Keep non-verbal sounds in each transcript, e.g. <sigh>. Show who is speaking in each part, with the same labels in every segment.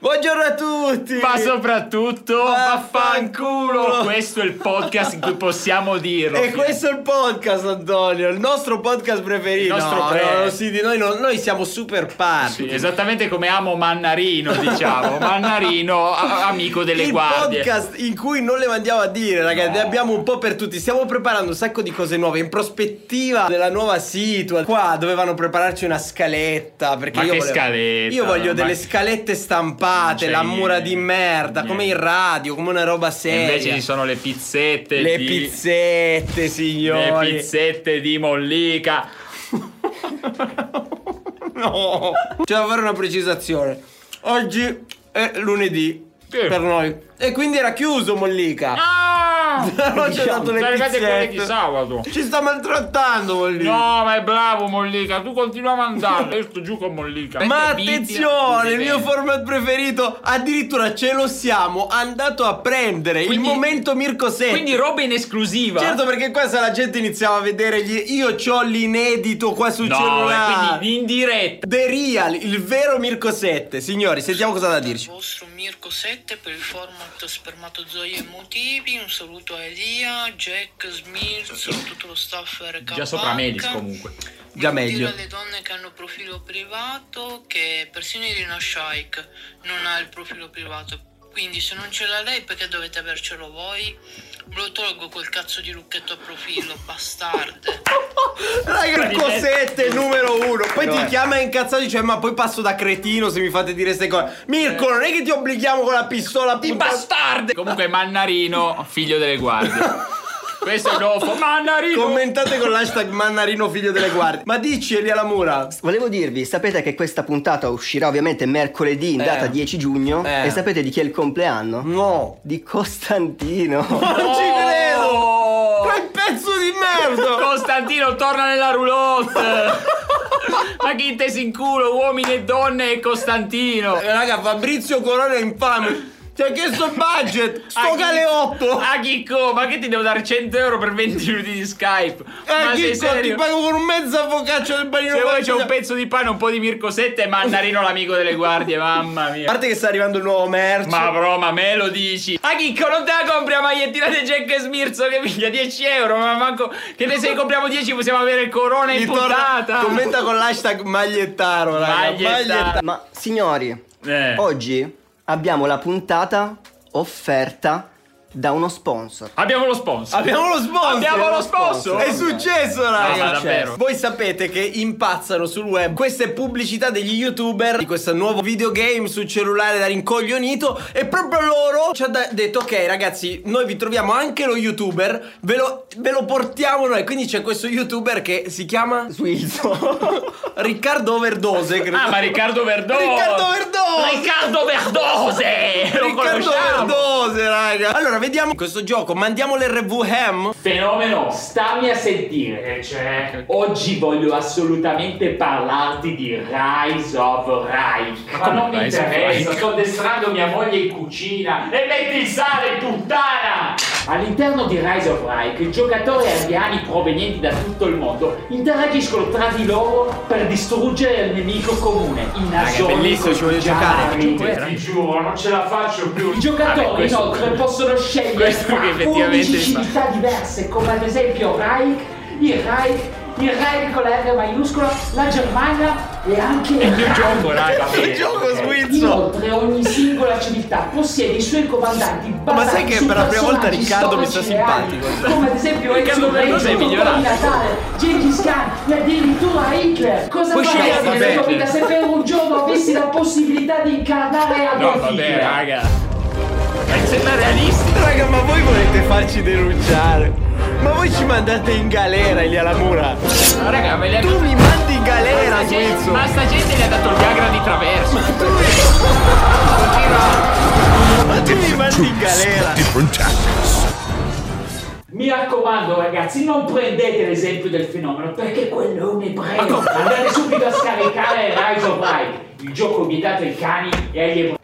Speaker 1: Buongiorno a tutti!
Speaker 2: Ma soprattutto,
Speaker 1: Vaffanculo!
Speaker 2: vaffanculo! Questo è il podcast in cui possiamo dirlo.
Speaker 1: E questo è il podcast, Antonio, il nostro podcast preferito.
Speaker 2: Il nostro
Speaker 1: No,
Speaker 2: pre-
Speaker 1: no, no, sì, di noi, no- noi siamo super
Speaker 2: Sì,
Speaker 1: parti.
Speaker 2: esattamente come amo Mannarino,
Speaker 1: <laughs>
Speaker 2: diciamo. Mannarino, a- amico delle
Speaker 1: il
Speaker 2: guardie.
Speaker 1: podcast in cui non le mandiamo a dire, ragazzi, ne abbiamo un po' per tutti. Stiamo preparando un sacco di cose nuove in prospettiva della nuova situa. Qua dovevano prepararci una scaletta. Perché
Speaker 2: Ma
Speaker 1: io
Speaker 2: che
Speaker 1: volevo-
Speaker 2: scaletta?
Speaker 1: Io voglio
Speaker 2: Ma-
Speaker 1: delle scalette stampate,
Speaker 2: Non c'è
Speaker 1: la
Speaker 2: niente.
Speaker 1: mura di merda, come in
Speaker 2: Niente.
Speaker 1: radio, come una roba
Speaker 2: E
Speaker 1: seria.
Speaker 2: invece ci sono le pizzette
Speaker 1: le
Speaker 2: di...
Speaker 1: pizzette,
Speaker 2: Le
Speaker 1: signori.
Speaker 2: pizzette di Mollica.
Speaker 1: <laughs> No, c'è da fare una precisazione. Oggi è lunedì
Speaker 2: Sì.
Speaker 1: per noi. E quindi era chiuso <laughs> Mollica.
Speaker 2: Ah!
Speaker 1: Però ci ha dato le
Speaker 2: Sono arrivate quelle di
Speaker 1: pizzette.
Speaker 2: sabato.
Speaker 1: Ci sta maltrattando Mollica.
Speaker 2: No, ma è bravo Mollica, tu continua a mandarlo. Io sto giù con Mollica.
Speaker 1: Ma
Speaker 2: Perché
Speaker 1: attenzione,
Speaker 2: video-
Speaker 1: il mio format preferito, addirittura ce lo siamo andato a prendere, il
Speaker 2: Quindi-
Speaker 1: momento Mirko 7.
Speaker 2: Quindi roba in esclusiva.
Speaker 1: certo perché qua se la gente iniziava a vedere gli io c'ho l'inedito qua sul
Speaker 2: No,
Speaker 1: cellulare.
Speaker 2: e quindi in diretta.
Speaker 1: The Real, il vero Mirko 7. Signori, sentiamo cosa ha da dirci.
Speaker 3: Il vostro Mirko 7 per il format spermatozoi emotivi. Un saluto a Elia, Jack, Smirzo, tutto lo staff RK.
Speaker 2: Già sopra Melis comunque.
Speaker 1: Già
Speaker 3: Non
Speaker 1: meglio.
Speaker 3: Dire alle donne che hanno profilo privato che persino Irina Shayk non ha il profilo privato. Quindi se non ce l'ha lei perché dovete avercelo voi? Ve Lo tolgo quel cazzo di lucchetto a profilo, bastarde.
Speaker 1: Raga, il cosette numero uno. Poi ti chiama incazzato e dice: Ma poi passo da cretino se mi fate dire queste cose. Mirko, non è che ti obblighiamo con la pistola a
Speaker 2: Di
Speaker 1: puntare-
Speaker 2: bastarde! Comunque Mannarino, figlio delle guardie. Questo è il nuovo fo- Mannarino!
Speaker 1: Commentate con l'hashtag Mannarino figlio delle guardie. Ma dici Elia Lamura?
Speaker 4: Volevo dirvi, sapete che questa puntata uscirà ovviamente mercoledì in
Speaker 1: Eh.
Speaker 4: data 10 giugno
Speaker 1: Eh.
Speaker 4: e sapete di chi è il compleanno?
Speaker 1: No.
Speaker 4: Di Costantino.
Speaker 1: <laughs> Non ci credo. Quel pezzo di
Speaker 2: <laughs>
Speaker 1: merda.
Speaker 2: Oh! Costantino torna nella roulotte! Ma chi te si in culo, uomini e donne e Costantino!
Speaker 1: Eh, Raga, Fabrizio Corona è infame. Ti ha chiesto budget. Sto galeotto.
Speaker 2: A Chicco, ma che ti devo dare 100 euro per 20 minuti di Skype? ma
Speaker 1: Eh,
Speaker 2: sei
Speaker 1: Chicco, ti
Speaker 2: serio?
Speaker 1: pago con un mezzo avvocaccio del bagnino.
Speaker 2: Se vuoi c'è
Speaker 1: Martina.
Speaker 2: un pezzo di pane, un po' di Mircosette e Mannarino l'amico delle guardie, mamma
Speaker 1: A
Speaker 2: mia.
Speaker 1: parte che sta arrivando il nuovo merch.
Speaker 2: Ma bro, ma me lo dici? A Chicco non te la compri la magliettina di Jack e Smirzo che piglia 10 euro, ma manco... Che ne se ne compriamo 10 possiamo avere il corona in
Speaker 1: Ritorna-
Speaker 2: puntata.
Speaker 1: Commenta con l'hashtag magliettaro, raga.
Speaker 2: Magliettaro.
Speaker 4: Ma signori,
Speaker 2: Eh.
Speaker 4: oggi abbiamo la puntata offerta da uno sponsor.
Speaker 2: Abbiamo lo sponsor.
Speaker 1: Abbiamo lo sponsor!
Speaker 2: Abbiamo lo sponsor.
Speaker 1: È successo, raga!
Speaker 2: ma davvero.
Speaker 1: Voi sapete che impazzano sul web queste pubblicità degli youtuber di questo nuovo videogame sul cellulare da rincoglionito e proprio loro ci hanno detto ok ragazzi noi vi troviamo anche lo youtuber ve lo, ve lo portiamo noi quindi c'è questo youtuber che si chiama
Speaker 4: Swilzo.
Speaker 1: <laughs> Riccardo Overdose credo.
Speaker 2: Ah, ma Riccardo Verdose.
Speaker 1: Riccardo Verdose.
Speaker 2: Riccardo Verdose. Lo
Speaker 1: Riccardo
Speaker 2: conosciamo.
Speaker 1: Verdose raga Allora vediamo questo gioco mandiamo l'RV Ham
Speaker 5: Fenomeno, stammi a sentire, cioè, oggi voglio assolutamente parlarti di Rise of Reich. Ma non mi
Speaker 2: Rise of
Speaker 5: interessa,
Speaker 2: Reich?
Speaker 5: sto addestrando mia moglie in cucina e metti il sale, puttana! All'interno di Rise of Reich, i giocatori ariani provenienti da tutto il mondo interagiscono tra di loro per distruggere il nemico comune. I nasoni
Speaker 1: bellissimo, ci voglio
Speaker 5: bruciati,
Speaker 2: giocare.
Speaker 5: Ti giuro, non ce la faccio più. I giocatori
Speaker 2: eh. Vabbè, questo-
Speaker 5: inoltre possono scegliere
Speaker 2: questo
Speaker 5: tra
Speaker 2: che effettivamente
Speaker 5: 11
Speaker 2: fa.
Speaker 5: civiltà diverse, come ad esempio Reich, il Reich, il Reich con la R maiuscola, la Germania e anche il
Speaker 2: Che gioco, raga.
Speaker 1: Il gioco sguizzo
Speaker 5: Inoltre ogni singola civiltà possiede i suoi comandanti basati
Speaker 1: sai che
Speaker 5: su
Speaker 1: per la prima volta
Speaker 5: personaggi
Speaker 1: Riccardo mi sta
Speaker 5: storici reali,
Speaker 1: simpatico?
Speaker 5: Come ad esempio
Speaker 2: Riccardo
Speaker 5: Ezio
Speaker 2: Berlusconi
Speaker 5: Greco,
Speaker 2: è migliorato.
Speaker 5: Totò di Natale, Gengis Khan e addirittura Hitler. Cosa
Speaker 1: Puoi scegliere,
Speaker 5: faresti nella tua
Speaker 1: vabbè.
Speaker 5: vita se per un giorno avessi la possibilità di incarnare
Speaker 2: No,
Speaker 5: Adolf
Speaker 2: vabbè,
Speaker 5: Hitler?
Speaker 2: raga. Ma sembra realistico.
Speaker 1: Raga, ma voi volete farci denunciare? mandate in galera, Elia Lamura.
Speaker 2: Ma raga, me li ha
Speaker 1: Tu mi mandi in galera,
Speaker 2: Ma sta gente-
Speaker 1: Swizzo.
Speaker 2: Ma sta gente gli ha dato il Viagra di traverso.
Speaker 1: Ma tu mi mandi in galera.
Speaker 6: Different tactics.
Speaker 5: Mi raccomando ragazzi, non prendete l'esempio del fenomeno perché quello è un ebreo. Andate subito a scaricare Rise of Light, il gioco vietato ai cani e agli ebrei.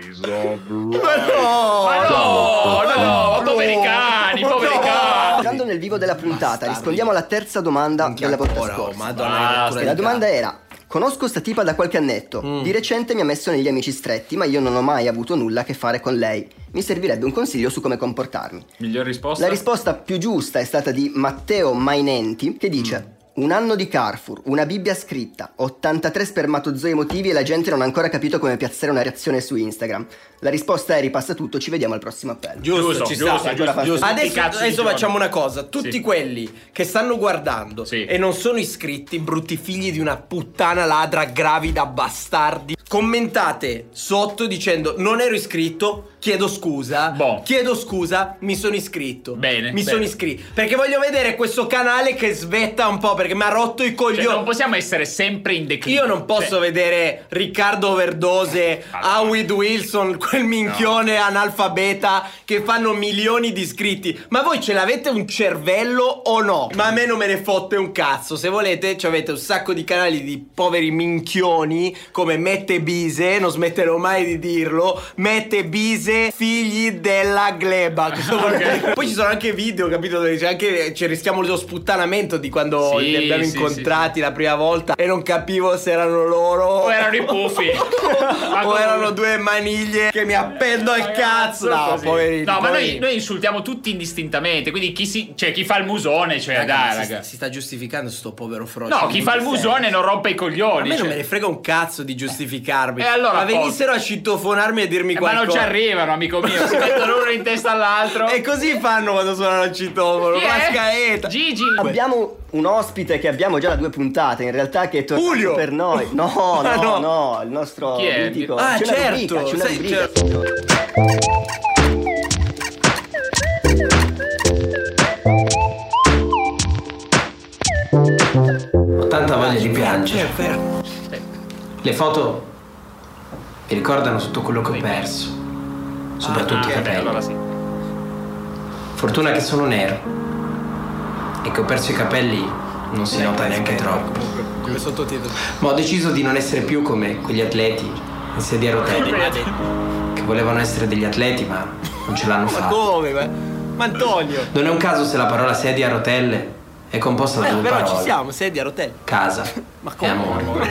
Speaker 6: Rise of
Speaker 1: Ma no!
Speaker 2: Ma no, no, no, poveri cani, poveri cani.
Speaker 4: Entrando nel vivo della puntata, rispondiamo alla terza domanda della volta
Speaker 1: Ora, oh,
Speaker 4: scorsa.
Speaker 1: madonna, che lettura
Speaker 2: Basta,
Speaker 1: di Mm.
Speaker 4: La
Speaker 1: cazzo.
Speaker 4: domanda era: Conosco sta tipa da qualche annetto. Di recente mi ha messo negli amici stretti, ma io non ho mai avuto nulla a che fare con lei. Mi servirebbe un consiglio su come comportarmi.
Speaker 2: Miglior risposta?
Speaker 4: La risposta più giusta è stata di Matteo Mainenti, che dice:
Speaker 2: Mm.
Speaker 4: Un anno di Carrefour, una Bibbia scritta, 83 spermatozoi emotivi e la gente non ha ancora capito come piazzare una reazione su Instagram. La risposta è ripassa tutto, ci vediamo al prossimo appello.
Speaker 1: Giusto,
Speaker 2: Giusto,
Speaker 1: ci
Speaker 2: giusto,
Speaker 1: sta.
Speaker 4: giusto, giusto.
Speaker 2: Che
Speaker 1: Adesso,
Speaker 2: cazzo di
Speaker 1: adesso
Speaker 2: giorno?
Speaker 1: facciamo una cosa: tutti
Speaker 2: Sì.
Speaker 1: quelli che stanno guardando
Speaker 2: Sì.
Speaker 1: e non sono iscritti, brutti figli di una puttana ladra, gravida, bastardi. Commentate sotto dicendo non ero iscritto, chiedo scusa.
Speaker 2: Boh.
Speaker 1: Chiedo scusa, mi sono iscritto.
Speaker 2: Bene,
Speaker 1: Mi
Speaker 2: bene.
Speaker 1: sono iscritto. Perché voglio vedere questo canale che svetta un po'. Perché mi ha rotto i
Speaker 2: Cioè,
Speaker 1: coglioni.
Speaker 2: non possiamo essere sempre in declino.
Speaker 1: Io non posso
Speaker 2: Cioè,
Speaker 1: vedere Riccardo Overdose,
Speaker 2: Allora.
Speaker 1: Howard Wilson, quel minchione analfabeta che fanno milioni di iscritti. Ma voi ce l'avete un cervello o no? Ma a me non me ne fotte un cazzo. Se volete, ci avete un sacco di canali di poveri minchioni come Mette Bise, non smetterò mai di dirlo. Mette Bise, figli della gleba.
Speaker 2: <laughs>
Speaker 1: Cosa vuol dire? Poi ci sono anche video, capito? Dove c'è anche eh, ci rischiamo lo sputtanamento di quando
Speaker 2: Sì,
Speaker 1: li abbiamo
Speaker 2: sì, sì,
Speaker 1: incontrati infatti, la prima volta e non capivo se erano loro
Speaker 2: O erano Ah, i puffi.
Speaker 1: <laughs>
Speaker 2: Ma
Speaker 1: o
Speaker 2: comunque-
Speaker 1: erano due maniglie che mi appendo al cazzo. No,
Speaker 2: Così.
Speaker 1: poverini.
Speaker 2: No, ma noi,
Speaker 1: poverini.
Speaker 2: noi insultiamo tutti indistintamente. Quindi chi, si, cioè, chi fa il musone, cioè,
Speaker 1: Raga,
Speaker 2: dai,
Speaker 1: si,
Speaker 2: raga.
Speaker 1: si sta giustificando sto povero Frocio.
Speaker 2: No, chi fa il musone non rompe i
Speaker 1: A
Speaker 2: coglioni.
Speaker 1: me non
Speaker 2: cioè.
Speaker 1: me ne frega un cazzo di giustificarmi.
Speaker 2: Eh, allora,
Speaker 1: ma venissero a citofonarmi e dirmi
Speaker 2: Eh, ma
Speaker 1: qualcosa. Ecco.
Speaker 2: non ci arrivano, amico mio.
Speaker 1: <laughs>
Speaker 2: Si mettono uno in testa all'altro.
Speaker 1: E così fanno quando suonano il citofono.
Speaker 2: Chi è?
Speaker 1: Mascaeta.
Speaker 2: Gigi.
Speaker 4: Abbiamo un ospite che abbiamo già da due puntate, in realtà che è tornato
Speaker 1: Julio!
Speaker 4: per noi.
Speaker 1: <laughs>
Speaker 4: No,
Speaker 1: Ah, no.
Speaker 4: no, no, il nostro
Speaker 2: Chi è?
Speaker 4: mitico.
Speaker 1: Ah,
Speaker 4: c'è
Speaker 1: certo,
Speaker 4: una rubrica, c'è una
Speaker 1: sai, certo.
Speaker 4: rubrica.
Speaker 7: Ho tanta voglia di piangere. Le foto mi ricordano tutto quello che ho perso, soprattutto
Speaker 1: eh,
Speaker 7: i
Speaker 2: Ah, beh,
Speaker 7: capelli.
Speaker 2: allora sì.
Speaker 7: Fortuna che sono nero e che ho perso i capelli non
Speaker 1: Eh,
Speaker 7: si nota neanche troppo. Ma ho deciso di non essere più come quegli atleti in sedia a rotelle che volevano essere degli atleti ma non ce l'hanno
Speaker 1: Ma
Speaker 7: fatta.
Speaker 1: come? Ma, ma Antonio.
Speaker 7: Non è un caso se la parola sedia a rotelle è composta da
Speaker 1: Eh,
Speaker 7: due
Speaker 1: però ci
Speaker 7: parole.
Speaker 1: siamo, sedia a rotelle.
Speaker 7: Casa
Speaker 1: <laughs> Ma come?
Speaker 7: e amore.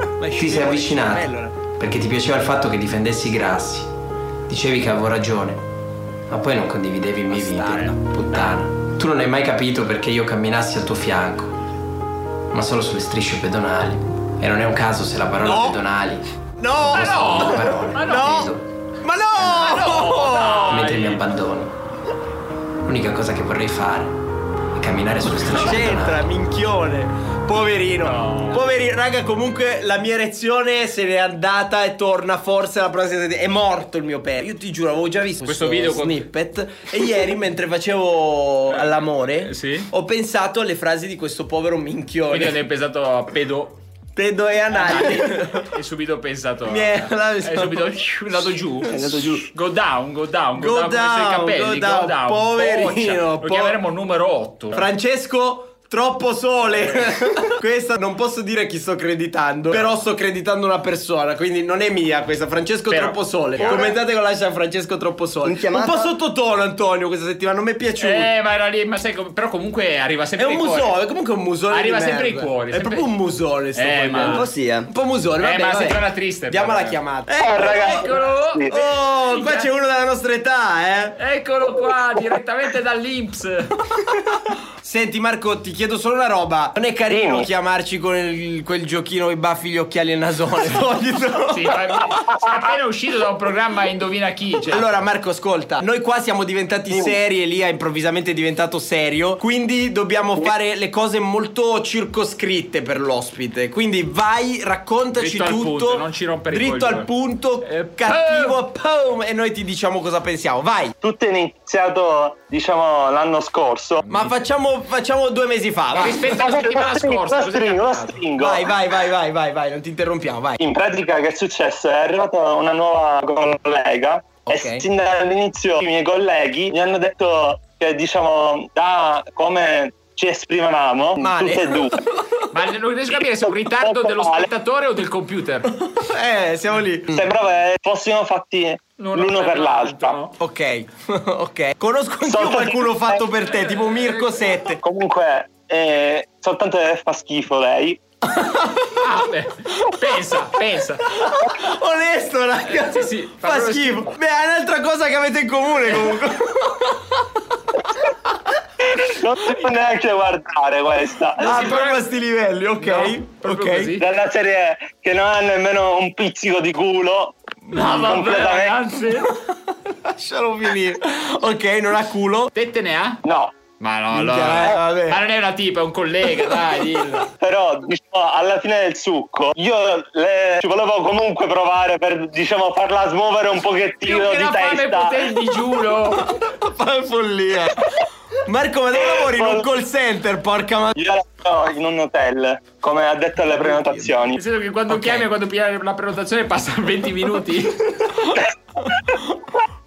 Speaker 1: <laughs> Ma
Speaker 7: Ti sei
Speaker 1: Allora.
Speaker 7: avvicinato perché ti piaceva il fatto che difendessi i grassi. Dicevi che avevo ragione, ma poi non condividevi i miei video. Puttana. Tu non hai mai capito perché io camminassi al tuo fianco, ma solo sulle strisce pedonali. E non è un caso se la parola
Speaker 1: No.
Speaker 7: pedonali
Speaker 1: No,
Speaker 7: è la seconda parola.
Speaker 2: Ma
Speaker 7: Vedo,
Speaker 1: Ma no!
Speaker 7: mentre mi abbandoni. L'unica cosa che vorrei fare è camminare sulle strisce
Speaker 1: C'entra,
Speaker 7: pedonali.
Speaker 1: minchione. Poverino. Poverino, raga, comunque la mia erezione se n'è andata e torna forse la prossima settimana. È morto il mio pene. Io ti giuro, avevo già visto
Speaker 2: Questo video con-
Speaker 1: snippet e ieri mentre facevo all'amore
Speaker 2: Eh, sì?
Speaker 1: ho pensato alle frasi di questo povero
Speaker 2: Quindi
Speaker 1: minchione.
Speaker 2: ne hai pensato a pedo.
Speaker 1: Pedo e anali.
Speaker 2: e subito ho pensato.
Speaker 1: Mi è- la-
Speaker 2: è subito è andato giù. È
Speaker 4: andato giù.
Speaker 2: Go down, go down, go,
Speaker 1: Go
Speaker 2: down, come sono i
Speaker 1: down,
Speaker 2: capelli,
Speaker 1: go down, poverino,
Speaker 2: Boccia. Lo
Speaker 1: po-
Speaker 2: chiameremo numero 8.
Speaker 1: Francesco Troppo sole <laughs> Questa non posso dire chi sto creditando Però sto creditando una persona Quindi non è mia questa Francesco
Speaker 2: Però-
Speaker 1: Troppo sole
Speaker 2: Ora-
Speaker 1: Commentate con l'hashtag Francesco Troppo sole
Speaker 4: In chiamata-
Speaker 1: Un po' sottotono Antonio questa settimana Non mi è piaciuto
Speaker 2: eh, ma era lì, ma sai, com- però comunque arriva
Speaker 1: È
Speaker 2: sempre
Speaker 1: un
Speaker 2: ai cuori.
Speaker 1: musone Comunque è un musone
Speaker 2: Arriva
Speaker 1: di
Speaker 2: sempre
Speaker 1: merda.
Speaker 2: ai cuori,
Speaker 1: È
Speaker 2: sempre-
Speaker 1: proprio un musone sto
Speaker 2: Eh, ma-
Speaker 4: Un
Speaker 1: cogliendo.
Speaker 4: po' sì, eh.
Speaker 1: Un po' musone
Speaker 2: Eh,
Speaker 1: vabbè,
Speaker 2: ma
Speaker 1: vabbè.
Speaker 2: settimana triste,
Speaker 1: Andiamo
Speaker 2: però,
Speaker 1: alla
Speaker 2: eh.
Speaker 1: chiamata Eh
Speaker 2: Eccolo!
Speaker 1: Oh qua c'è uno della nostra età eh
Speaker 2: Eccolo qua, direttamente dall'Inps.
Speaker 1: Senti Marco, ti chiedo solo una roba. Non è carino
Speaker 4: Sì.
Speaker 1: chiamarci con il- quel giochino i baffi, gli occhiali e il nasone. <laughs> voglio solo-
Speaker 2: Sì, ma- sei appena uscito da un programma Indovina chi. Cioè.
Speaker 1: Allora Marco ascolta, noi qua siamo diventati seri e lì è improvvisamente diventato serio, quindi dobbiamo fare le cose molto circoscritte per l'ospite. Quindi vai, raccontaci
Speaker 2: Dritto al
Speaker 1: tutto,
Speaker 2: punto, non ci rompere i
Speaker 1: dritto
Speaker 2: coglioni. Eh,
Speaker 1: al punto,
Speaker 2: E
Speaker 1: cattivo, pum, e noi ti diciamo cosa pensiamo. Vai.
Speaker 4: Tutto è iniziato, diciamo, l'anno scorso.
Speaker 1: Ma facciamo, facciamo due mesi fa,
Speaker 2: Ma
Speaker 1: vai.
Speaker 2: rispetto alla settimana scorsa,
Speaker 4: Lo
Speaker 2: cosa è
Speaker 4: stringo, lo
Speaker 2: capitato?
Speaker 4: stringo.
Speaker 1: Vai, vai, vai, vai, vai, vai, non ti interrompiamo, vai.
Speaker 4: In pratica che è successo? È arrivata una nuova collega
Speaker 1: Ok.
Speaker 4: e sin dall'inizio i miei colleghi mi hanno detto che diciamo da come ci esprimevamo
Speaker 1: Male.
Speaker 4: tutte e due.
Speaker 2: Ma non riesco a capire se è un ritardo dello spettatore o del computer.
Speaker 1: <laughs> Eh, siamo lì.
Speaker 4: Sembrava che fossimo fatti
Speaker 2: Non
Speaker 4: l'uno per l'altra.
Speaker 2: no?
Speaker 1: Ok, <laughs> ok. Conosco anch'io
Speaker 4: Sono- <laughs>
Speaker 1: qualcuno fatto per te, tipo Mirko 7.
Speaker 4: Comunque eh, soltanto che fa schifo lei.
Speaker 2: Ah, beh, pensa, pensa.
Speaker 1: Onesto, raga.
Speaker 2: Sì, sì,
Speaker 1: fa
Speaker 2: proprio Eh,
Speaker 1: schifo. Beh, è un'altra cosa che avete in comune
Speaker 2: <laughs>
Speaker 1: comunque.
Speaker 4: Non si può neanche guardare questa.
Speaker 1: ah, proprio a questi livelli, ok.
Speaker 2: No, proprio
Speaker 1: ok.
Speaker 2: così.
Speaker 4: Dalla serie che non ha nemmeno un pizzico di culo.
Speaker 2: Ma vabbè,
Speaker 4: completamente.
Speaker 2: ragazzi.
Speaker 1: Lascialo finire. Ok, non ha culo.
Speaker 2: Te te ne ha?
Speaker 4: No,
Speaker 2: Ma no,
Speaker 1: Minchia, eh,
Speaker 2: allora.
Speaker 1: vabbè.
Speaker 2: Ma non è una tipa, è un collega, dai, dillo.
Speaker 4: Però diciamo, alla fine del succo io le- ci volevo comunque provare per diciamo farla smuovere un
Speaker 2: Più
Speaker 4: pochettino
Speaker 2: che
Speaker 4: di
Speaker 2: la fame
Speaker 4: testa.
Speaker 2: poté il digiuno.
Speaker 1: <laughs> Fa follia. Marco, ma dove lavori? In un call center, porca ma...
Speaker 4: Io la so in un hotel, come ha detto alle prenotazioni.
Speaker 2: Nel senso che quando
Speaker 1: Ok.
Speaker 2: chiami e quando pigli la prenotazione passa 20 minuti.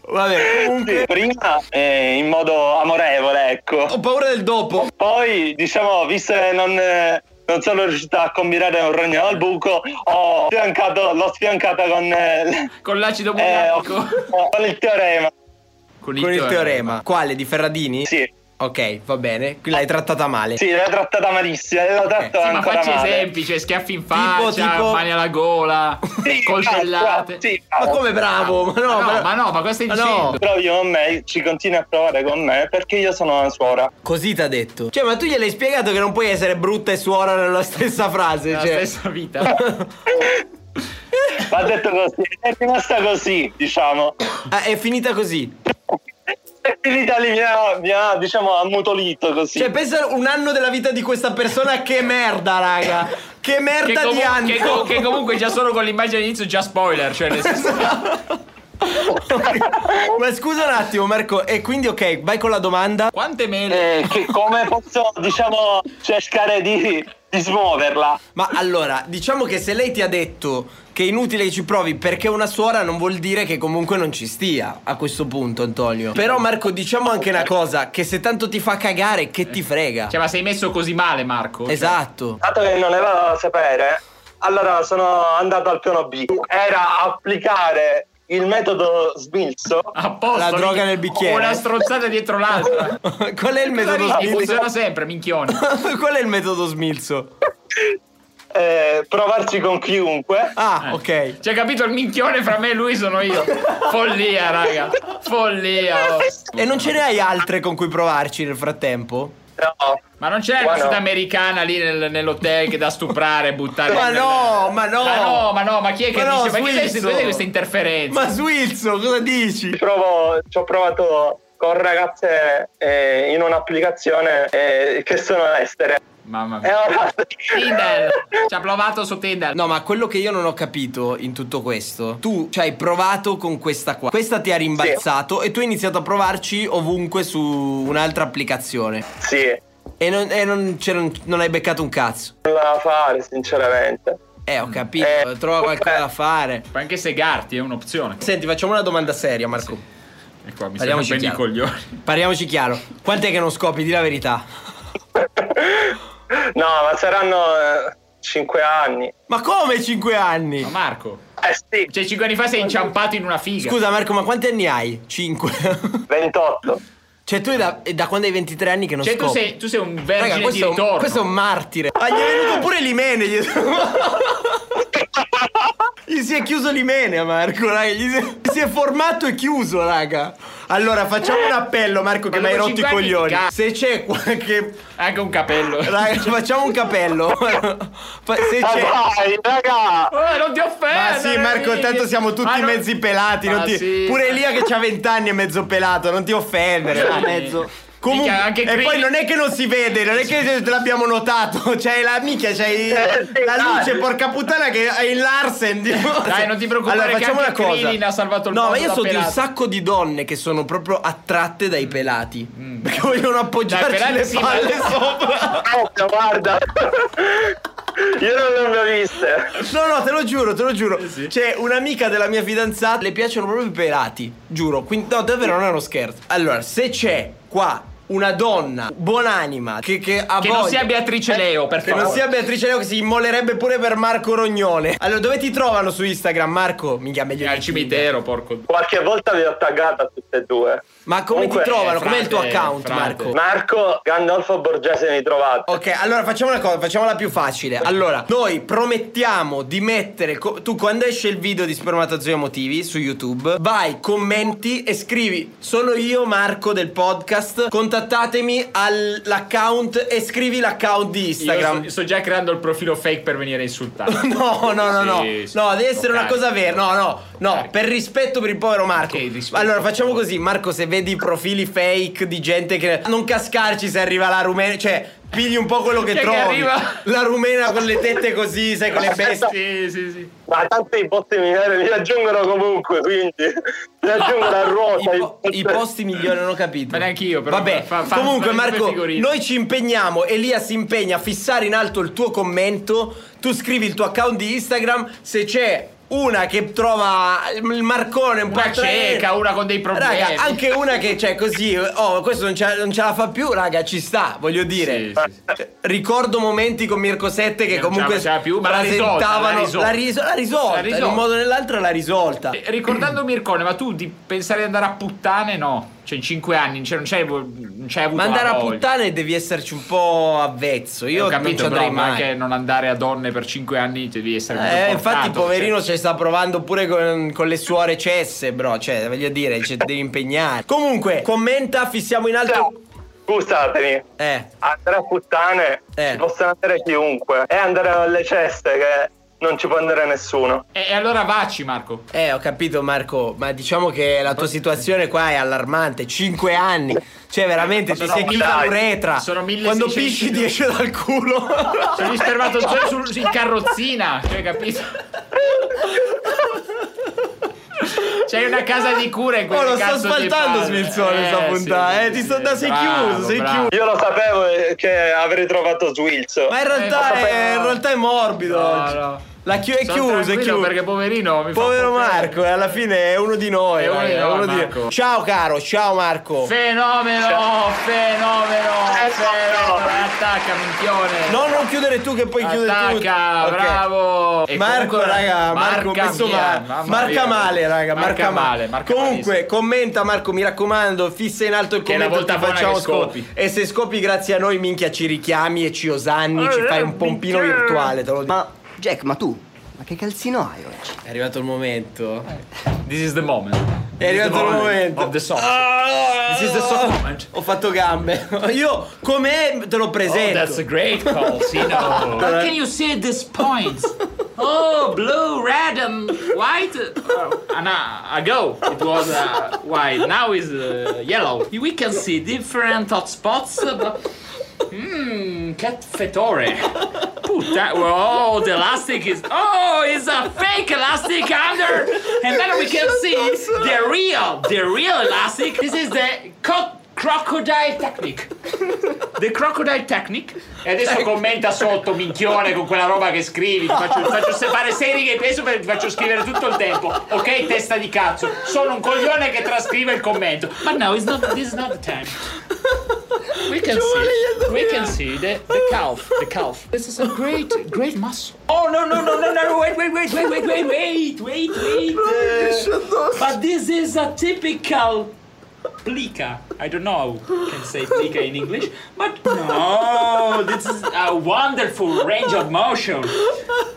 Speaker 1: Vabbè,
Speaker 4: Sì,
Speaker 1: comunque...
Speaker 4: prima eh, in modo amorevole, ecco.
Speaker 1: Ho paura del dopo.
Speaker 4: Poi, diciamo, visto che non, eh, non sono riuscita a combinare un ragno al buco, ho sfiancato- l'ho sfiancata con, eh,
Speaker 2: Con l'acido
Speaker 4: eh, ho-
Speaker 2: burrico.
Speaker 4: con il teorema.
Speaker 1: Con il teorema. Quale? Di Ferradini?
Speaker 4: Sì,
Speaker 1: Ok, va bene. Qui L'hai trattata male.
Speaker 4: sì, l'ho trattata malissimo, l'ho trattata
Speaker 2: Eh, Sì, ma
Speaker 4: ancora
Speaker 2: facci
Speaker 4: male.
Speaker 2: esempi, cioè schiaffi in faccia,
Speaker 1: tipo-
Speaker 2: mani alla gola,
Speaker 4: Sì, bravo, bravo,
Speaker 2: coltellate.
Speaker 4: sì,
Speaker 1: Ma
Speaker 4: bravo.
Speaker 1: come bravo? Ma no,
Speaker 2: ma,
Speaker 1: ma-
Speaker 2: no, ma no, ma cosa stai
Speaker 1: Ma no.
Speaker 2: dicendo?
Speaker 4: provi con me, ci continui a provare con me perché io sono una suora.
Speaker 1: Così t'ha detto. Cioè, ma tu gliel'hai spiegato che non puoi essere brutta e suora nella stessa frase.
Speaker 2: La
Speaker 1: cioè.
Speaker 2: stessa vita.
Speaker 4: Va detto così, è rimasta così, diciamo.
Speaker 1: <laughs> Ah, è finita così.
Speaker 4: E finita lì mi ha, mi ha, diciamo, ammutolito così.
Speaker 1: Cioè, pensa un anno della vita di questa persona, che merda, raga. Che
Speaker 2: Che,
Speaker 1: merda
Speaker 2: comu-
Speaker 1: di anno.
Speaker 2: che co- che comunque già solo con l'immagine all'inizio è già spoiler, cioè nel senso-
Speaker 1: <laughs> ma scusa un attimo, Marco. E quindi, ok, vai con la domanda.
Speaker 2: Quante mele?
Speaker 4: Eh, che come posso, diciamo, cercare di, di smuoverla?
Speaker 1: Ma allora, diciamo che se lei ti ha detto che è inutile che ci provi perché è una suora non vuol dire che comunque non ci stia a questo punto, Antonio. Però, Marco, diciamo anche una cosa: che se tanto ti fa cagare, che ti frega.
Speaker 2: Cioè, ma sei messo così male, Marco? Cioè,
Speaker 1: Esatto.
Speaker 4: Dato che non ne vado a sapere, allora sono andato al piano B. Era applicare il metodo Smilzo
Speaker 2: A posto,
Speaker 1: La droga nel bicchiere.
Speaker 2: Una strozzata dietro l'altra.
Speaker 1: <laughs> Qual <laughs> è il metodo
Speaker 2: Cosa ridi?
Speaker 1: smilzo?
Speaker 2: Funziona sempre, minchioni.
Speaker 1: Qual è il metodo smilzo?
Speaker 4: eh, provarci con chiunque.
Speaker 1: Ah, <laughs> ok.
Speaker 2: Cioè, capito? Il minchione fra me e lui sono io. Follia, raga. Follia. oh.
Speaker 1: E non ce ne hai altre con cui provarci nel frattempo?
Speaker 4: No.
Speaker 2: Ma non c'è
Speaker 4: Ma
Speaker 2: la
Speaker 4: no.
Speaker 2: sudamericana lì nel- nell'hotel che da stuprare e buttare.
Speaker 1: Ma
Speaker 2: nel-
Speaker 1: no, ma no.
Speaker 2: Ma no, ma no, ma chi è che
Speaker 1: Ma no,
Speaker 2: dice? ma chi è che
Speaker 1: Swizzo.
Speaker 2: vede queste interferenze?
Speaker 1: Ma Swilzo, cosa dici?
Speaker 4: provo, ci ho provato con ragazze eh, in un'applicazione eh, che sono estere.
Speaker 2: Mamma
Speaker 4: E
Speaker 2: mia.
Speaker 4: ora... <laughs>
Speaker 2: Tinder. Ci ha provato su Tinder.
Speaker 1: No, ma quello che io non ho capito in tutto questo, tu ci hai provato con questa qua. Questa ti ha rimbalzato e tu hai iniziato a provarci ovunque su un'altra applicazione.
Speaker 4: Sì,
Speaker 1: E non, e non- cioè, non- non hai beccato un cazzo.
Speaker 4: non la fare sinceramente.
Speaker 1: Eh, ho capito,
Speaker 4: Eh,
Speaker 1: trova qualcosa
Speaker 4: eh.
Speaker 1: da fare.
Speaker 2: Puoi anche segarti, è un'opzione.
Speaker 1: Senti, facciamo una domanda seria, Marco.
Speaker 2: E qua mi
Speaker 1: Parliamoci
Speaker 2: sembra un i
Speaker 1: chiaro.
Speaker 2: coglioni.
Speaker 1: Parliamoci chiaro. Quant'è che non scopi di la verità?
Speaker 4: No, ma saranno
Speaker 8: eh,
Speaker 4: 5 anni.
Speaker 1: Ma come 5 anni?
Speaker 2: Ma Marco,
Speaker 4: Eh sì,
Speaker 2: cioè 5 anni fa sei inciampato in una figa.
Speaker 1: Scusa Marco, ma quanti anni hai? 5.
Speaker 4: 28.
Speaker 1: <laughs> cioè tu è da, è da quando hai 23 anni che non
Speaker 2: Cioè
Speaker 1: scopi.
Speaker 2: tu sei, tu sei un vergine
Speaker 1: Raga,
Speaker 2: di
Speaker 1: questo, è
Speaker 2: ritorno.
Speaker 1: un, questo è un martire. Ma gli è venuto pure l'imene. gli- <laughs> Gli si è chiuso l'imene a Marco, raga. Gli si, si è formato e chiuso, raga. Allora, facciamo un appello, Marco, che
Speaker 2: Ma
Speaker 1: mi hai
Speaker 2: dopo
Speaker 1: rotto i
Speaker 2: cinque anni
Speaker 1: coglioni.
Speaker 2: ti ca-
Speaker 1: Se c'è qualche.
Speaker 2: Anche un capello.
Speaker 1: Raga, facciamo un capello. <laughs> Fa- Se
Speaker 8: Ma
Speaker 1: c'è.
Speaker 8: dai, raga!
Speaker 2: <laughs> Oh, non ti offendo.
Speaker 1: Ma sì, Marco,
Speaker 2: Enrico.
Speaker 1: tanto siamo tutti
Speaker 2: eh. Ma Ah, non-
Speaker 1: mezzi pelati. non
Speaker 2: Ma
Speaker 1: ti-
Speaker 2: sì.
Speaker 1: Pure Elia che ha vent'anni è mezzo pelato, non ti offendere.
Speaker 2: Sì.
Speaker 1: mezzo. Comunque,
Speaker 2: Minchia, anche
Speaker 1: e
Speaker 2: Crini-
Speaker 1: poi non è che non si vede, non è che l'abbiamo notato. <laughs> C'hai la minchia, c'hai la luce, porca puttana, che hai il Larsen.
Speaker 2: Dai, non ti preoccupare
Speaker 1: Allora,
Speaker 2: che
Speaker 1: facciamo
Speaker 2: anche
Speaker 1: una cosa.
Speaker 2: Crini ha salvato il
Speaker 1: No,
Speaker 2: mondo
Speaker 1: ma io
Speaker 2: da
Speaker 1: so di un
Speaker 2: pelato.
Speaker 1: sacco di donne che sono proprio attratte dai pelati. Perché vogliono <laughs> appoggiarci
Speaker 2: Mm. pelati
Speaker 1: le
Speaker 2: sì, ma- <laughs>
Speaker 1: palle sopra.
Speaker 8: Proprio, guarda! Io non le ho mai viste.
Speaker 1: No, no, te lo giuro, te lo giuro. C'è un'amica della mia fidanzata, le piacciono proprio i pelati, giuro. Quindi, no, davvero non è uno scherzo. Allora, se c'è qua una donna buonanima che, che ha
Speaker 2: Che
Speaker 1: voglia-
Speaker 2: non sia Beatrice Leo, per
Speaker 1: Che non
Speaker 2: favore.
Speaker 1: sia Beatrice Leo che si immolerebbe pure per Marco Rognone. Allora, dove ti trovano su Instagram, Marco? Minchia, meglio
Speaker 2: Al
Speaker 1: di
Speaker 2: cimitero, porco.
Speaker 8: Qualche volta vi ho taggata tutte e due.
Speaker 1: Ma come
Speaker 8: Comunque,
Speaker 1: ti trovano?
Speaker 2: eh,
Speaker 1: Com'è il tuo
Speaker 2: frate,
Speaker 1: account,
Speaker 2: frate.
Speaker 1: Marco?
Speaker 8: Marco Gandolfo Borgese mi trovate.
Speaker 1: Ok, allora facciamo una cosa, facciamola più facile. Allora, noi promettiamo di mettere. co- tu, quando esce il video di Spermatozoi Emotivi su YouTube, vai, commenti e scrivi: Sono io, Marco del podcast. Contattatemi all'account e scrivi l'account di Instagram.
Speaker 2: Io sto, sto già creando il profilo fake per venire insultato.
Speaker 1: <laughs> No, no, no, no.
Speaker 2: Sì, sì.
Speaker 1: no, deve essere una
Speaker 2: Ok.
Speaker 1: cosa vera. No, no, no,
Speaker 2: Ok.
Speaker 1: per rispetto per il povero Marco.
Speaker 2: Ok, rispetto.
Speaker 1: allora, facciamo così, Marco, se vedi profili fake di gente che non cascarci se arriva la rumena, cioè pigli un po' quello che,
Speaker 2: Cioè, Che- che
Speaker 1: trovi.
Speaker 2: arriva-
Speaker 1: La rumena con le tette così, sai, con le bestie.
Speaker 2: <laughs> Sì, sì, sì.
Speaker 8: Ma tanto i posti migliori li raggiungono comunque, quindi li raggiungono a ruota.
Speaker 1: I, po- i posti migliori non ho capito.
Speaker 2: Ma neanche io, però.
Speaker 1: Vabbè,
Speaker 2: Fa- fa-
Speaker 1: comunque,
Speaker 2: fa le tue
Speaker 1: Marco,
Speaker 2: figurine.
Speaker 1: noi ci impegniamo. Elia si impegna a fissare in alto il tuo commento. Tu scrivi il tuo account di Instagram. Se c'è una che trova il marcone un po'
Speaker 2: Una
Speaker 1: attraente-
Speaker 2: cieca, una con dei problemi.
Speaker 1: Raga, anche una che c'è così, oh, questo non ce, non ce la fa più, raga, ci sta, voglio dire.
Speaker 2: Sì, sì, sì.
Speaker 1: Cioè, Ricordo momenti con Mirko Sette che
Speaker 2: Che non
Speaker 1: comunque
Speaker 2: ce la faceva più, ma l'ha risolta,
Speaker 1: presentavano-
Speaker 2: l'ha risolta.
Speaker 1: l'ha riso- l'ha risolta,
Speaker 2: L'ha
Speaker 1: in un
Speaker 2: risolta.
Speaker 1: modo o nell'altro l'ha risolta.
Speaker 2: Eh, Ricordando Mircone, ma tu di pensare di andare a puttane? No. Cioè, in 5 anni, cioè, non c'hai, non c'hai avuto
Speaker 1: Ma andare
Speaker 2: la
Speaker 1: a
Speaker 2: voglia.
Speaker 1: puttane devi esserci un po' avvezzo. Io
Speaker 2: Ho
Speaker 1: non ci
Speaker 2: capito,
Speaker 1: andrei
Speaker 2: però, ma
Speaker 1: mai.
Speaker 2: anche non andare a donne per 5 anni devi essere
Speaker 1: Eh,
Speaker 2: confortato,
Speaker 1: infatti, poverino,
Speaker 2: cioè.
Speaker 1: ci sta provando pure con, con le suore cesse, bro. Cioè, voglio dire, ci devi impegnare. Comunque, commenta, fissiamo in alto.
Speaker 8: Scusatemi,
Speaker 1: Eh,
Speaker 8: andare a puttane
Speaker 1: Eh.
Speaker 8: ci possono andare chiunque. E andare alle ceste che non ci può andare nessuno.
Speaker 2: Cioè, E, e allora vacci, Marco.
Speaker 1: eh, ho capito, Marco. Ma diciamo che la tua situazione qua è allarmante. 5 anni. Cioè, veramente, ti
Speaker 8: Sono-
Speaker 1: sei chiusa
Speaker 8: dai,
Speaker 1: l'uretra.
Speaker 2: sono 1600
Speaker 1: Quando pisci, ti esce dal culo.
Speaker 2: Sono gli spermatozoi sul, in carrozzina, cioè, capito? C'hai una casa di cure in quel
Speaker 1: Oh, lo sto
Speaker 2: cazzo di
Speaker 1: asfaltando,
Speaker 2: padre.
Speaker 1: Smilzone, sta
Speaker 2: Eh,
Speaker 1: puntata.
Speaker 2: sì,
Speaker 1: eh,
Speaker 2: sì,
Speaker 1: ti
Speaker 2: sì.
Speaker 1: sto da, sei
Speaker 2: Bravo,
Speaker 1: chiuso, sei chiuso.
Speaker 2: bravo.
Speaker 8: Io lo sapevo eh, che avrei trovato Swills.
Speaker 1: Ma in realtà,
Speaker 8: Eh,
Speaker 1: è, in realtà è morbido.
Speaker 2: No,
Speaker 1: oggi.
Speaker 2: no.
Speaker 1: La chi- è
Speaker 2: Sono
Speaker 1: chiuso, è
Speaker 2: tranquillo
Speaker 1: chiuso.
Speaker 2: perché poverino mi fa
Speaker 1: Povero
Speaker 2: un po' pena.
Speaker 1: Marco, eh, alla fine è uno di noi.
Speaker 2: È uno
Speaker 1: raga,
Speaker 2: di
Speaker 1: è
Speaker 2: noi,
Speaker 1: uno di-
Speaker 2: Marco.
Speaker 1: Ciao caro, ciao
Speaker 2: Cioè.
Speaker 1: Marco.
Speaker 2: Fenomeno, fenomeno,
Speaker 8: Eh,
Speaker 2: fenomeno.
Speaker 8: no.
Speaker 2: Attacca, minchione.
Speaker 1: no, non chiudere tu che poi chiudere
Speaker 2: Attacca,
Speaker 1: tu. Ok.
Speaker 2: bravo. E
Speaker 1: Marco,
Speaker 2: comunque-
Speaker 1: raga, Marco,
Speaker 2: Marca
Speaker 1: questo
Speaker 2: mia,
Speaker 1: va-
Speaker 2: mamma
Speaker 1: marca
Speaker 2: mia.
Speaker 1: male, raga, marca, male.
Speaker 2: marca
Speaker 1: Comunque,
Speaker 2: malissimo.
Speaker 1: commenta Marco, mi raccomando, fissa in alto il
Speaker 2: Che è la
Speaker 1: commento
Speaker 2: volta
Speaker 1: ti
Speaker 2: buona
Speaker 1: facciamo
Speaker 2: che scopi.
Speaker 1: scopi. E se scopi grazie a noi, minchia, ci richiami e ci osanni,
Speaker 2: Eh,
Speaker 1: ci fai
Speaker 2: eh,
Speaker 1: un pompino
Speaker 2: minchia.
Speaker 1: virtuale, te lo dico.
Speaker 4: Ma Jack, ma tu, ma che calzino hai oggi?
Speaker 1: È arrivato il momento.
Speaker 2: This is the moment.
Speaker 1: È arrivato il momento.
Speaker 2: Of the song.
Speaker 1: Ah,
Speaker 2: This is the soft moment.
Speaker 1: Ho fatto gambe. <laughs> Io com'è te lo
Speaker 2: Oh,
Speaker 1: presento.
Speaker 2: that's a great call, Sino. <laughs> How can you see this point? Oh, blue, red, and white. Oh, and uh, ago it was uh, white. Now is uh, yellow. We can see different hot spots. uh, But... Mmm, cat fetore. Puta. Oh, the elastic is. Oh, it's a fake elastic under. And then we can see the real, the real elastic. This is the co- crocodile technique. The Crocodile Technique. E adesso commenta sotto, minchione, con quella roba che scrivi. Ti faccio, ti faccio se- fare sei righe di peso per ti faccio scrivere tutto il tempo. Ok, testa di cazzo. Sono un coglione che trascrive il commento. Ma no, it's not, this is not the time. We can see, we can see the, the calf, the calf. This is a great, great muscle. Oh no, no, no, no, no, wait, wait, wait, wait, Uh, wait, wait, wait, wait, wait. But this is a typical Plica. I don't know how you can say plica in English, but no, this is a wonderful range of motion.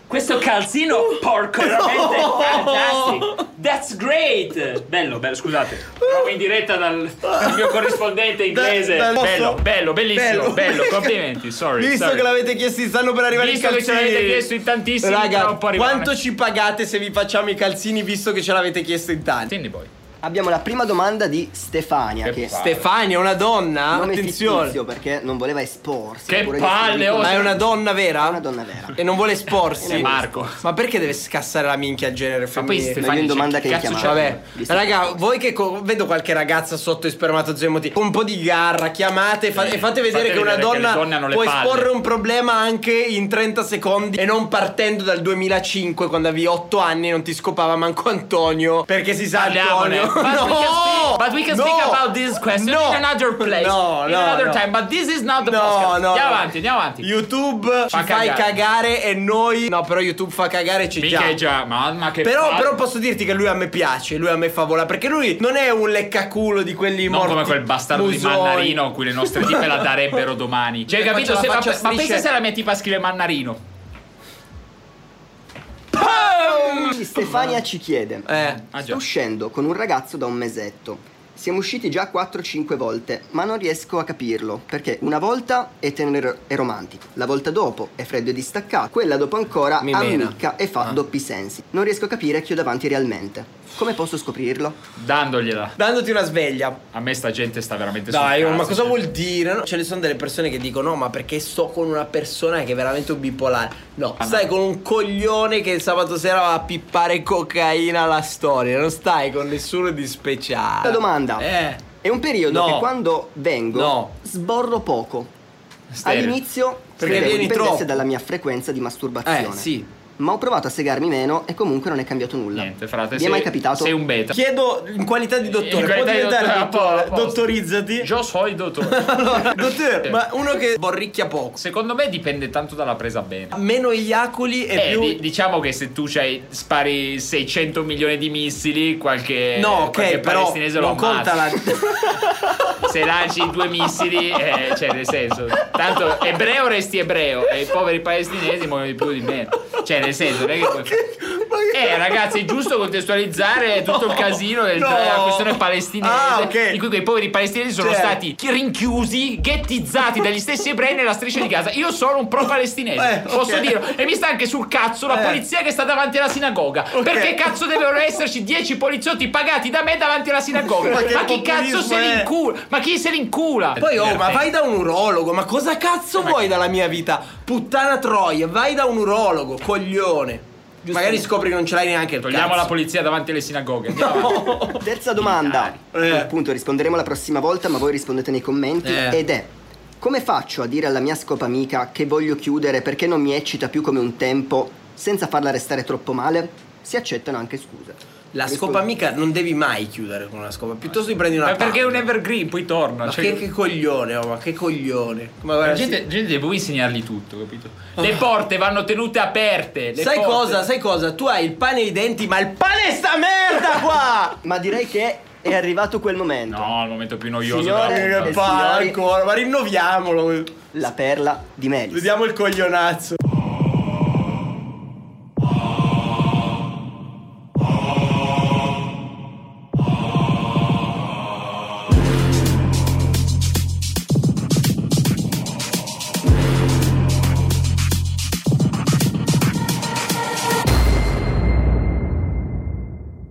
Speaker 2: Questo calzino porco è veramente fantastico. That's great. Bello, bello, scusate. Provo in diretta dal, dal mio corrispondente inglese.
Speaker 1: Da- dal-
Speaker 2: bello, bello, bellissimo, bello,
Speaker 1: Bello.
Speaker 2: complimenti. Sorry.
Speaker 1: Visto
Speaker 2: sorry.
Speaker 1: che l'avete chiesto, stanno per arrivare
Speaker 2: Visto
Speaker 1: i
Speaker 2: che
Speaker 1: calzini.
Speaker 2: ce l'avete chiesto in tantissimi,
Speaker 1: Raga,
Speaker 2: però poi arrivano-
Speaker 1: quanto ci pagate se vi facciamo i calzini visto che ce l'avete chiesto in tanti?
Speaker 2: Quindi poi.
Speaker 4: Abbiamo la prima domanda di Stefania
Speaker 2: Che
Speaker 4: che
Speaker 2: palle.
Speaker 1: Stefania è una donna?
Speaker 4: nome
Speaker 1: Attenzione.
Speaker 4: fittizio perché non voleva esporsi.
Speaker 2: Che
Speaker 4: oppure gli
Speaker 2: palle,
Speaker 4: affiliati-
Speaker 2: oh,
Speaker 1: Ma è una donna
Speaker 4: È
Speaker 1: vera?
Speaker 4: una donna vera.
Speaker 1: E non vuole esporsi.
Speaker 2: Sì, Marco.
Speaker 1: Ma perché deve scassare la minchia al genere
Speaker 2: Ma poi
Speaker 1: femminile?
Speaker 2: Stefania dice,
Speaker 4: domanda che
Speaker 2: cazzo
Speaker 4: chiamava.
Speaker 2: c'è?
Speaker 1: Cioè, Vabbè,
Speaker 4: Visto
Speaker 1: raga, voi che co- vedo qualche ragazza sotto i spermatozoi emotivi, con un po' di garra, chiamate e fa-
Speaker 2: Sì,
Speaker 1: e fate vedere
Speaker 2: fate
Speaker 1: che una
Speaker 2: vedere che le donne
Speaker 1: donna
Speaker 2: hanno le
Speaker 1: può
Speaker 2: palle.
Speaker 1: esporre un problema anche in 30 secondi e non partendo dal 2005 quando avevi 8 anni e non ti scopava manco Antonio, perché si sa
Speaker 2: Parliamone.
Speaker 1: Antonio.
Speaker 2: But,
Speaker 1: <laughs>
Speaker 2: we can speak, but we can
Speaker 1: No!
Speaker 2: speak about this question
Speaker 1: No!
Speaker 2: in another place,
Speaker 1: No,
Speaker 2: in
Speaker 1: no,
Speaker 2: another
Speaker 1: no.
Speaker 2: time. But this is not the
Speaker 1: No,
Speaker 2: podcast.
Speaker 1: no,
Speaker 2: andiamo
Speaker 1: no.
Speaker 2: avanti, andiamo avanti.
Speaker 1: YouTube
Speaker 2: Fa
Speaker 1: ci fai
Speaker 2: cagare.
Speaker 1: cagare. e noi No però YouTube fa cagare ci
Speaker 2: Mica
Speaker 1: già
Speaker 2: è già, mamma che
Speaker 1: Però,
Speaker 2: palle.
Speaker 1: però posso dirti che lui a me piace, lui a me favola, perché lui non è un leccaculo di quelli
Speaker 2: non
Speaker 1: morti.
Speaker 2: come quel bastardo di
Speaker 1: musoni.
Speaker 2: Mannarino a cui le
Speaker 1: <laughs>
Speaker 2: nostre tipe la darebbero domani. Cioè, hai
Speaker 1: Faccio
Speaker 2: capito?
Speaker 1: la
Speaker 2: Se- ma,
Speaker 1: faccia
Speaker 2: ma
Speaker 1: strisce.
Speaker 2: pensa se la mia tipa scrive Mannarino.
Speaker 1: Ah!
Speaker 4: Stefania ci chiede:
Speaker 1: Eh.
Speaker 2: Ah, già.
Speaker 4: Sto uscendo con un ragazzo da un mesetto. Siamo usciti già 4-5 volte, ma non riesco a capirlo, perché una volta è tenero e romantico, la volta dopo è freddo e distaccato, quella dopo ancora
Speaker 1: Mi mena. Ah.
Speaker 4: ammicca e fa doppi sensi. Non riesco a capire chi ho davanti realmente. Come posso scoprirlo?
Speaker 2: Dandogliela.
Speaker 1: Dandoti una sveglia.
Speaker 2: A me sta gente sta veramente sul
Speaker 1: Dai, oh,
Speaker 2: cazzo,
Speaker 1: ma cosa
Speaker 2: cioè.
Speaker 1: vuol dire? No? Ce ne sono delle persone che dicono: No, ma perché sto con una persona che è veramente un bipolare. No,
Speaker 2: Ah,
Speaker 1: stai
Speaker 2: no.
Speaker 1: con un coglione che il sabato sera va a pippare cocaina alla storia. Non stai con nessuno di speciale.
Speaker 4: La domanda.
Speaker 1: Eh.
Speaker 4: È un periodo
Speaker 1: No.
Speaker 4: che quando vengo
Speaker 1: No.
Speaker 4: sborro poco.
Speaker 2: Stereo.
Speaker 4: All'inizio
Speaker 1: Perché
Speaker 4: credevo
Speaker 1: vieni
Speaker 4: dipendesse
Speaker 1: troppo.
Speaker 4: dalla mia frequenza di masturbazione.
Speaker 1: Eh, sì.
Speaker 4: Ma ho provato a segarmi meno e comunque non è cambiato nulla.
Speaker 2: Niente, frate.
Speaker 4: Vi è
Speaker 2: sei-
Speaker 4: mai capitato?
Speaker 2: Sei un beta.
Speaker 1: Chiedo in qualità di dottore,
Speaker 2: In qualità
Speaker 1: può
Speaker 2: di
Speaker 1: diventare
Speaker 2: dottore,
Speaker 1: dottore?
Speaker 2: a posto.
Speaker 1: dottorizzati.
Speaker 2: Io so il dottore.
Speaker 1: <laughs>
Speaker 2: Cioè,
Speaker 1: Allora, dottore, ma uno che borricchia poco.
Speaker 2: Secondo me dipende tanto dalla presa bene.
Speaker 1: meno iaculi e
Speaker 2: Eh,
Speaker 1: più
Speaker 2: di- diciamo che se tu c'hai, spari 600 milioni di missili, qualche,
Speaker 1: No,
Speaker 2: eh, qualche
Speaker 1: ok, però
Speaker 2: palestinese lo
Speaker 1: non conta
Speaker 2: ammazza.
Speaker 1: la
Speaker 2: <laughs> Se lanci due missili, eh, cioè nel senso, tanto ebreo resti ebreo e i poveri palestinesi muoiono di più di meno. Cioè nel senso,
Speaker 1: <laughs>
Speaker 2: non è che puoi- Eh ragazzi, è giusto contestualizzare tutto il casino del-
Speaker 1: <laughs> No.
Speaker 2: della questione palestinese
Speaker 1: Ah, ok.
Speaker 2: in cui quei poveri palestinesi sono
Speaker 1: Cioè.
Speaker 2: stati rinchiusi, ghettizzati dagli stessi ebrei nella striscia di Gaza. Io sono un pro palestinese,
Speaker 1: Eh, ok.
Speaker 2: posso dirlo, e mi sta anche sul cazzo la
Speaker 1: Eh.
Speaker 2: polizia che sta davanti alla sinagoga.
Speaker 1: Ok.
Speaker 2: Perché cazzo devono esserci 10 poliziotti pagati da me davanti alla sinagoga?
Speaker 1: Ma che
Speaker 2: Ma chi cazzo se
Speaker 1: populismo
Speaker 2: li
Speaker 1: è?
Speaker 2: incula? Ma chi se li incula?
Speaker 1: Poi oh, ma vai da un urologo, ma cosa cazzo vuoi dalla mia vita? Puttana troia, vai da un urologo, coglione. Magari scopri che non ce l'hai neanche il
Speaker 2: Togliamo la
Speaker 1: cazzo.
Speaker 2: polizia davanti alle sinagoghe.
Speaker 4: Terza domanda.
Speaker 1: Eh.
Speaker 4: Appunto, risponderemo la prossima volta, ma voi rispondete nei commenti.
Speaker 1: Eh.
Speaker 4: Ed è. Come faccio a dire alla mia scopa amica che voglio chiudere perché non mi eccita più come un tempo, senza farla restare troppo male? Si accettano anche scuse.
Speaker 1: <laughs> La scopa amica non devi mai chiudere con una scopa, piuttosto ti prendi una
Speaker 2: Ma perché è un
Speaker 1: palla.
Speaker 2: evergreen, poi torna.
Speaker 1: Ma
Speaker 2: cioè-
Speaker 1: che, che coglione, oh, ma che coglione. Ma
Speaker 2: La
Speaker 1: guarda,
Speaker 2: gente,
Speaker 1: Eh, sì. Ah.
Speaker 2: la gente deve insegnargli tutto, capito? Le porte vanno tenute aperte. le
Speaker 1: Sai
Speaker 2: porte-
Speaker 1: cosa, sai cosa? Tu hai il pane ai denti, ma il pane sta merda qua!
Speaker 4: Ma direi che è arrivato quel momento.
Speaker 2: No, il momento più noioso.
Speaker 4: Signore,
Speaker 2: della puntata.
Speaker 4: Eh,
Speaker 1: Che palle
Speaker 4: signori.
Speaker 1: ancora, ma rinnoviamolo.
Speaker 4: La perla di Melis.
Speaker 1: Vediamo il coglionazzo.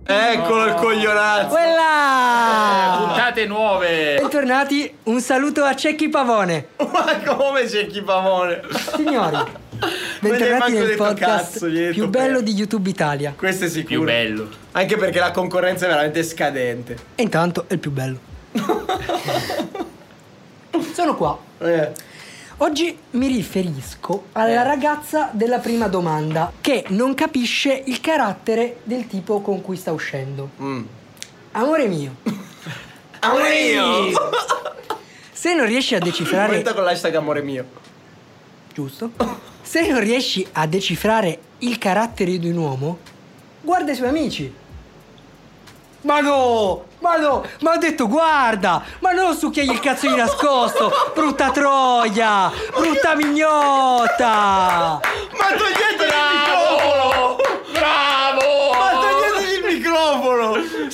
Speaker 1: Eccolo il coglionazzo.
Speaker 2: Puntate nuove.
Speaker 9: Bentornati, un saluto a Cecchi Pavone.
Speaker 1: Ma come c'è chi pavone? <laughs>
Speaker 9: Signori,
Speaker 1: Non gli hai manco
Speaker 9: bentornati nel
Speaker 1: detto
Speaker 9: podcast
Speaker 1: cazzo, gli hai detto
Speaker 9: più bello
Speaker 1: per.
Speaker 9: di YouTube Italia.
Speaker 1: Questo è sicuro.
Speaker 2: Più bello.
Speaker 1: Anche perché la concorrenza è veramente scadente.
Speaker 9: E intanto è il più
Speaker 1: <laughs>
Speaker 9: bello. Sono qua.
Speaker 1: Eh.
Speaker 9: Oggi mi riferisco alla ragazza della prima domanda che non capisce il carattere del tipo con cui sta uscendo. Amore mio,
Speaker 1: Amore mio! <laughs>
Speaker 9: se non riesci a decifrare
Speaker 1: con l'hashtag amore mio.
Speaker 9: Giusto? Se non riesci a decifrare il carattere di un uomo, guarda i suoi amici.
Speaker 7: Ma no! Ma no! Ma ho detto guarda! Ma non succhiagli il cazzo di nascosto! Brutta troia! Brutta mignotta!
Speaker 1: Ma toglietegli il microfono!
Speaker 2: Bravo!
Speaker 1: Oh! Ma toglietegli il microfono!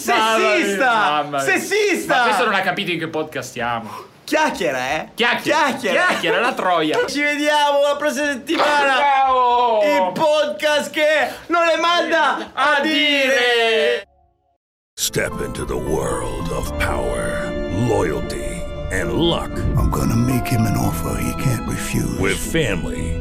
Speaker 2: Mamma mia,
Speaker 1: Sessista!
Speaker 2: mamma mia.
Speaker 1: Sessista!
Speaker 2: Ma questo non ha capito in che podcast siamo.
Speaker 1: Chiacchiera, eh?
Speaker 2: Chiacchiera.
Speaker 1: Chiacchiera.
Speaker 2: Chiacchiera, la troia.
Speaker 1: Ci vediamo la prossima settimana.
Speaker 2: Ciao.
Speaker 1: Il podcast che non le manda a dire.
Speaker 10: Step into the world of power, loyalty, and luck.
Speaker 5: I'm going to make him an offer he can't refuse.
Speaker 10: With family,